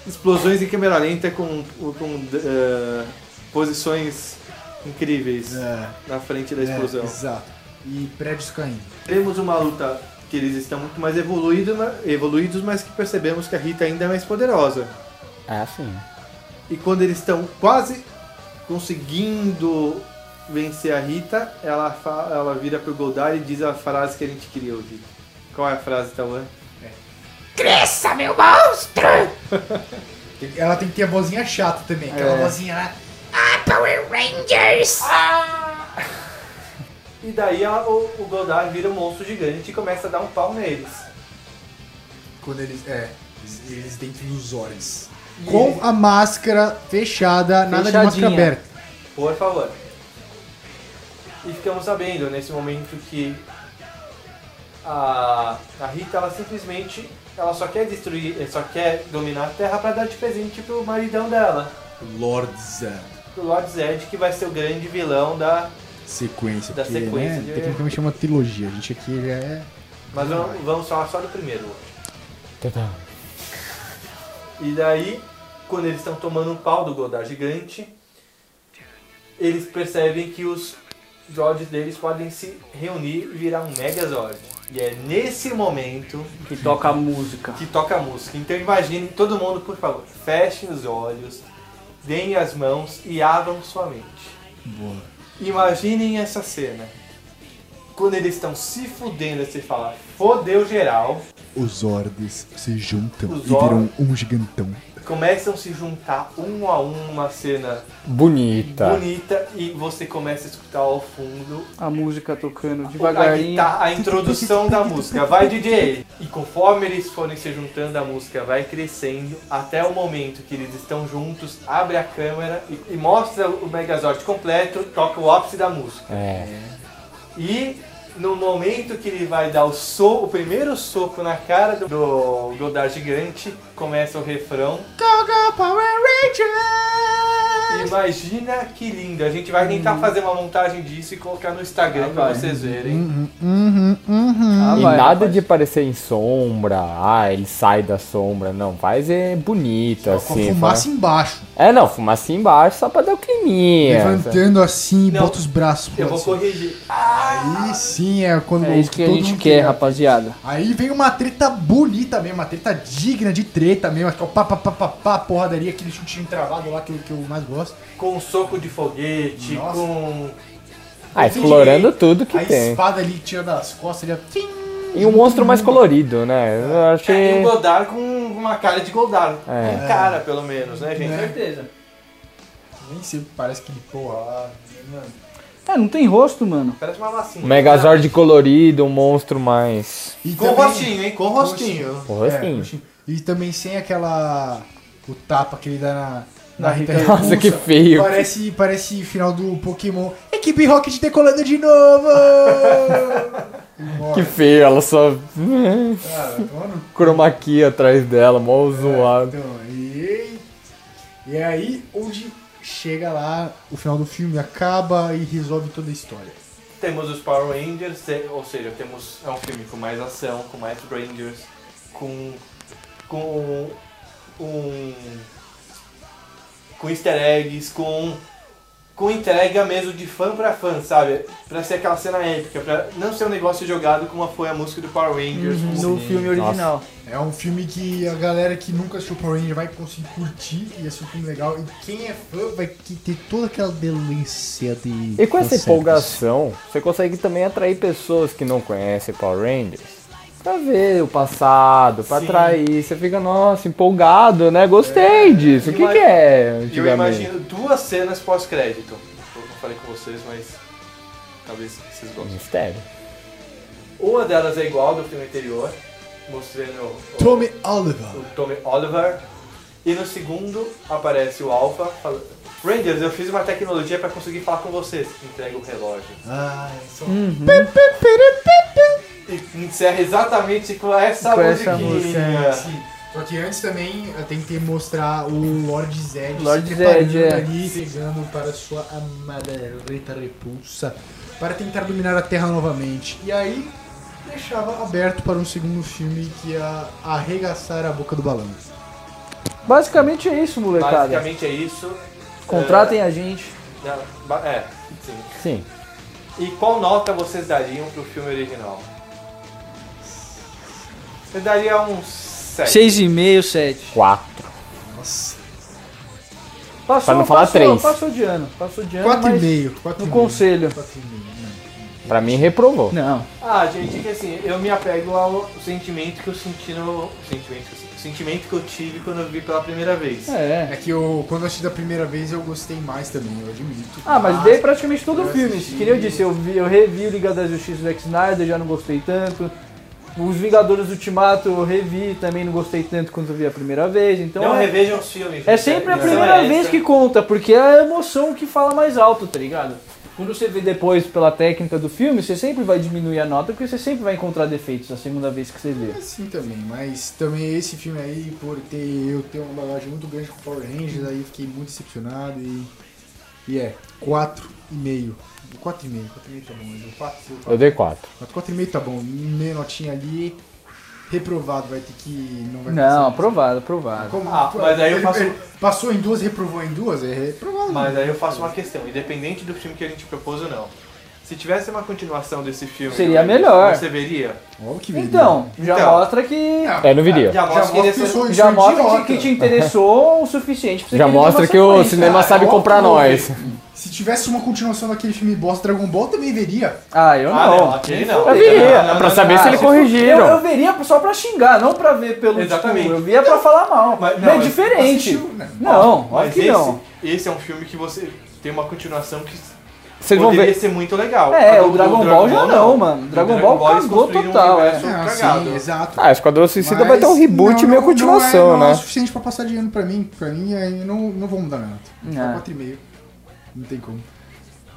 Explosões em câmera lenta com, com eh, posições incríveis na frente da explosão. É, exato. E prédios caindo. Temos uma luta que eles estão muito mais evoluído, ma- evoluídos, mas que percebemos que a Rita ainda é mais poderosa. Ah, sim. E quando eles estão quase conseguindo vencer a Rita, ela, fa- ela vira pro Goldar e diz a frase que a gente queria ouvir. Qual é a frase, Tawan? Ela tem que ter a vozinha chata também, aquela É. vozinha lá. Ah, E daí a- o, o Goldar vira um monstro gigante e começa a dar um pau neles. Quando eles. É. eles- Eles dentro dos olhos. E Com ele- a máscara fechada, nada de máscara Fechadinha. aberta. Por favor. E ficamos sabendo nesse momento que a, a Rita ela simplesmente ela só quer destruir, eh, só quer dominar a Terra pra dar de presente pro maridão dela. Lord Zan. pro Lord Zed, que vai ser o grande vilão da. Sequência. Da porque, sequência né, de- Tecnicamente chama trilogia. A gente aqui já é. Mas vamos, vamos falar só do primeiro hoje. E daí, quando eles estão tomando um pau do Godar gigante, eles percebem que os Zords deles podem se reunir e virar um Megazord. E é nesse momento Que toca a música. que toca a música. Então imagine, todo mundo, por favor, fechem os olhos, deem as mãos e abram sua mente. Boa. Imaginem essa cena. Quando eles estão se fudendo, você fala, fodeu geral, Os Ordes se juntam Os e viram Ordes. um gigantão. começam a é se juntar um a um uma cena Bonita. bonita e você começa a escutar ao fundo A música tocando a, devagarinho. guitarra, a introdução da música. Vai DJ! E conforme eles forem se juntando, a música vai crescendo até o momento que eles estão juntos, abre a câmera e, e mostra o Megazord completo, toca o ápice da música. É. E no momento que ele vai dar o, so- o primeiro soco na cara do, do Godard gigante, começa o refrão. Imagina que lindo! A gente vai tentar fazer uma montagem disso e colocar no Instagram pra vocês verem. Uhum. Ah, E vai, nada rapaz. de parecer em sombra, ah, ele sai da sombra, não, faz é bonita, Com assim. a fumaça embaixo. fala- É, não, fumaça embaixo só pra dar o É, climinha. Levantando assim, Não, bota os braços pra Eu vou cima. corrigir. Aí sim é quando É isso que a todo gente mundo quer, quer. rapaziada. Aí vem uma treta bonita mesmo, uma treta digna de treta mesmo, aquele pá, pá, pá, pá, pá, porradaria, aquele chutinho travado lá que eu, que eu mais gosto. Com um soco de foguete, Nossa. com. Ah, explorando tudo que a tem. espada ali tirando as costas, ele é tim, E um monstro mais colorido, né? Eu É, e achei. o Godard com uma cara de Godard. É. Com cara, pelo menos, né, gente? certeza. nem sei, parece que ele né? porra lá. Mano, É, não tem rosto, mano. Parece uma massinha. Um Megazord colorido, um monstro mais. E Com também- É, rostinho, hein? Com rostinho. Pô, assim. rostinho. E também sem aquela. O tapa que ele dá na. Na Rita Rita Repulsa. Nossa, que feio. Parece, parece final do Pokémon. Equipe Rocket decolando de novo! *laughs* Que feio, ela só. *laughs* Cara, mano, Chroma key atrás dela, mó zoado. Então, e, e é aí onde chega lá, o final do filme acaba e resolve toda a história. Temos os Power Rangers, te- ou seja, temos é um filme com mais ação, com mais Rangers, com com um com easter eggs, com com entrega mesmo de fã pra fã, sabe? Pra ser aquela cena épica, pra não ser um negócio jogado como foi a música do Power Rangers como No filme original. É um filme que a galera que nunca assistiu Power Ranger vai conseguir curtir e é um filme legal. E quem é fã vai que- ter toda aquela delícia de. E com essa fanservice. empolgação, você consegue também atrair pessoas que não conhecem Power Rangers. Pra ver o passado, pra Sim. atrair. Você fica, nossa, empolgado, né? Gostei disso. O que, Ima- que é E eu antigamente? imagino duas cenas pós-crédito. Eu não falei com vocês, mas talvez vocês gostem. Mistério. Uma delas é igual ao do filme anterior, mostrando o- Tommy Oliver. o Tommy Oliver. E no segundo aparece o Alpha falando: Rangers, eu fiz uma tecnologia pra conseguir falar com vocês. Entrega o relógio. Ai, só. E encerra exatamente com essa Com essa musiquinha. É, Sim. Só que antes também eh, tem que mostrar o Lord Zed Lord se preparando Zed, é. ali, pegando para sua amada Rita Repulsa para tentar dominar a Terra novamente. E aí deixava aberto para um segundo filme que ia arregaçar a boca do balão. Basicamente é isso, molecada. Basicamente é isso. Contratem a gente. É, na- ba- é, sim. Sim. E qual nota vocês dariam pro filme original? Eu daria um 7. 6,5, 7. Quatro. Nossa. Passou, Pra não falar passou, três. Passou de ano. Passou de ano, mas 4,5. no conselho. Pra mim, reprovou. Não. Ah, gente, que assim, eu me apego ao sentimento que eu senti no. Sentimento, que eu senti- sentimento que eu tive quando eu vi pela primeira vez. É. É que eu, quando eu assisti da primeira vez, eu gostei mais também, eu admito. Ah, mas dei praticamente todo o eu filme. assisti. Que nem eu disse, eu, vi, eu revi o Liga da Justiça do Zack Snyder, já não gostei tanto. Os Vingadores Ultimato eu revi, também não gostei tanto quanto eu vi a primeira vez. Então Não é, revejam os filmes. é gente. sempre a Não primeira é vez essa. que conta, porque é a emoção que fala mais alto, tá ligado? Quando você vê depois pela técnica do filme, você sempre vai diminuir a nota, porque você sempre vai encontrar defeitos na segunda vez que você vê. Assim também, mas também esse filme aí, por ter eu ter uma bagagem muito grande com Power Rangers, aí eu fiquei muito decepcionado e E é 4,5. 4,5, 4,5 tá bom. Edu. Quatro, quatro. Eu dei 4. Mas 4,5 tá bom. Meia notinha ali. Reprovado, vai ter que. Não, vai Não, passar. aprovado, aprovado. Como- Ah, mas aí eu ele- faço- ele Passou em duas, reprovou em duas? É reprovado. Mas aí eu faço uma questão, independente do filme que a gente propôs ou não. Se tivesse uma continuação desse filme, Seria né, melhor. Você veria? Ó, que virilha. Então, já Então. mostra que. É, não viria. Já já mostra que mostra ele que eu é sou, Já sou mostra idiota. que, que te interessou o suficiente pra você Já querer ver uma mostra que o sequência. cinema sabe Ah, comprar ótimo. nós. *laughs* Se tivesse uma continuação daquele filme bosta Dragon Ball, também veria. Ah, eu Ah, não, não. aquele não. Eu viria, Não, não, pra não, saber não. se ele Eu, eu corrigiram. veria só pra xingar, não pra ver pelo Exatamente. escuro. Eu via pra falar mal. Mas- Mas, não, é mas diferente. assistiu, né? Não, Mas olha que esse, não. esse é um filme que você tem uma continuação que Vocês vão poderia ver. ser muito legal. É, A do- o do Dragon Ball já não, mano. O Dragon Ball eles cagou construíram um total, é. universo Ah, cagado. sim, exato. Ah, Esquadrão Suicida Mas vai ter um não, não, reboot meio não é- continuação, não é, né? o suficiente pra passar de ano pra mim. Pra mim, aí eu não, não vou mudar nada. É. Tá 4,5. Não tem como.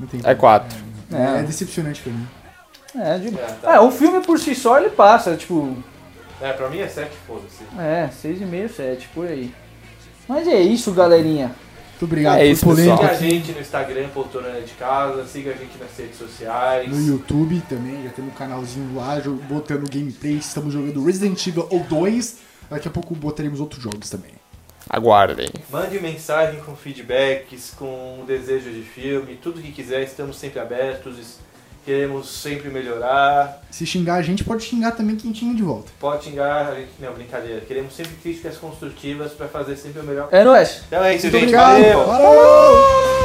Não tem como. É 4. É, É. decepcionante pra mim. É, de... É, tá. é, o filme por si só ele passa, tipo, É, pra mim é 7, foda-se. é, 6,5, 7, por aí. Mas é isso, galerinha. Muito obrigado É por isso, polêmica pessoal. Siga a aqui. gente no Instagram, Poltrona de Casa, siga a gente nas redes sociais. No YouTube também, já temos um canalzinho lá, jo- botando gameplay, estamos jogando Resident Evil ou 2. Daqui a pouco botaremos outros jogos também. Aguardem. Mande mensagem com feedbacks, com desejo de filme, tudo que quiser, estamos sempre abertos, es- queremos sempre melhorar. Se xingar a gente, pode xingar também quem tinha de volta. Pode xingar, a gente não, brincadeira. Queremos sempre críticas construtivas pra fazer sempre o melhor. É, não é? Então é isso, Muito gente. obrigado. Valeu! Valeu!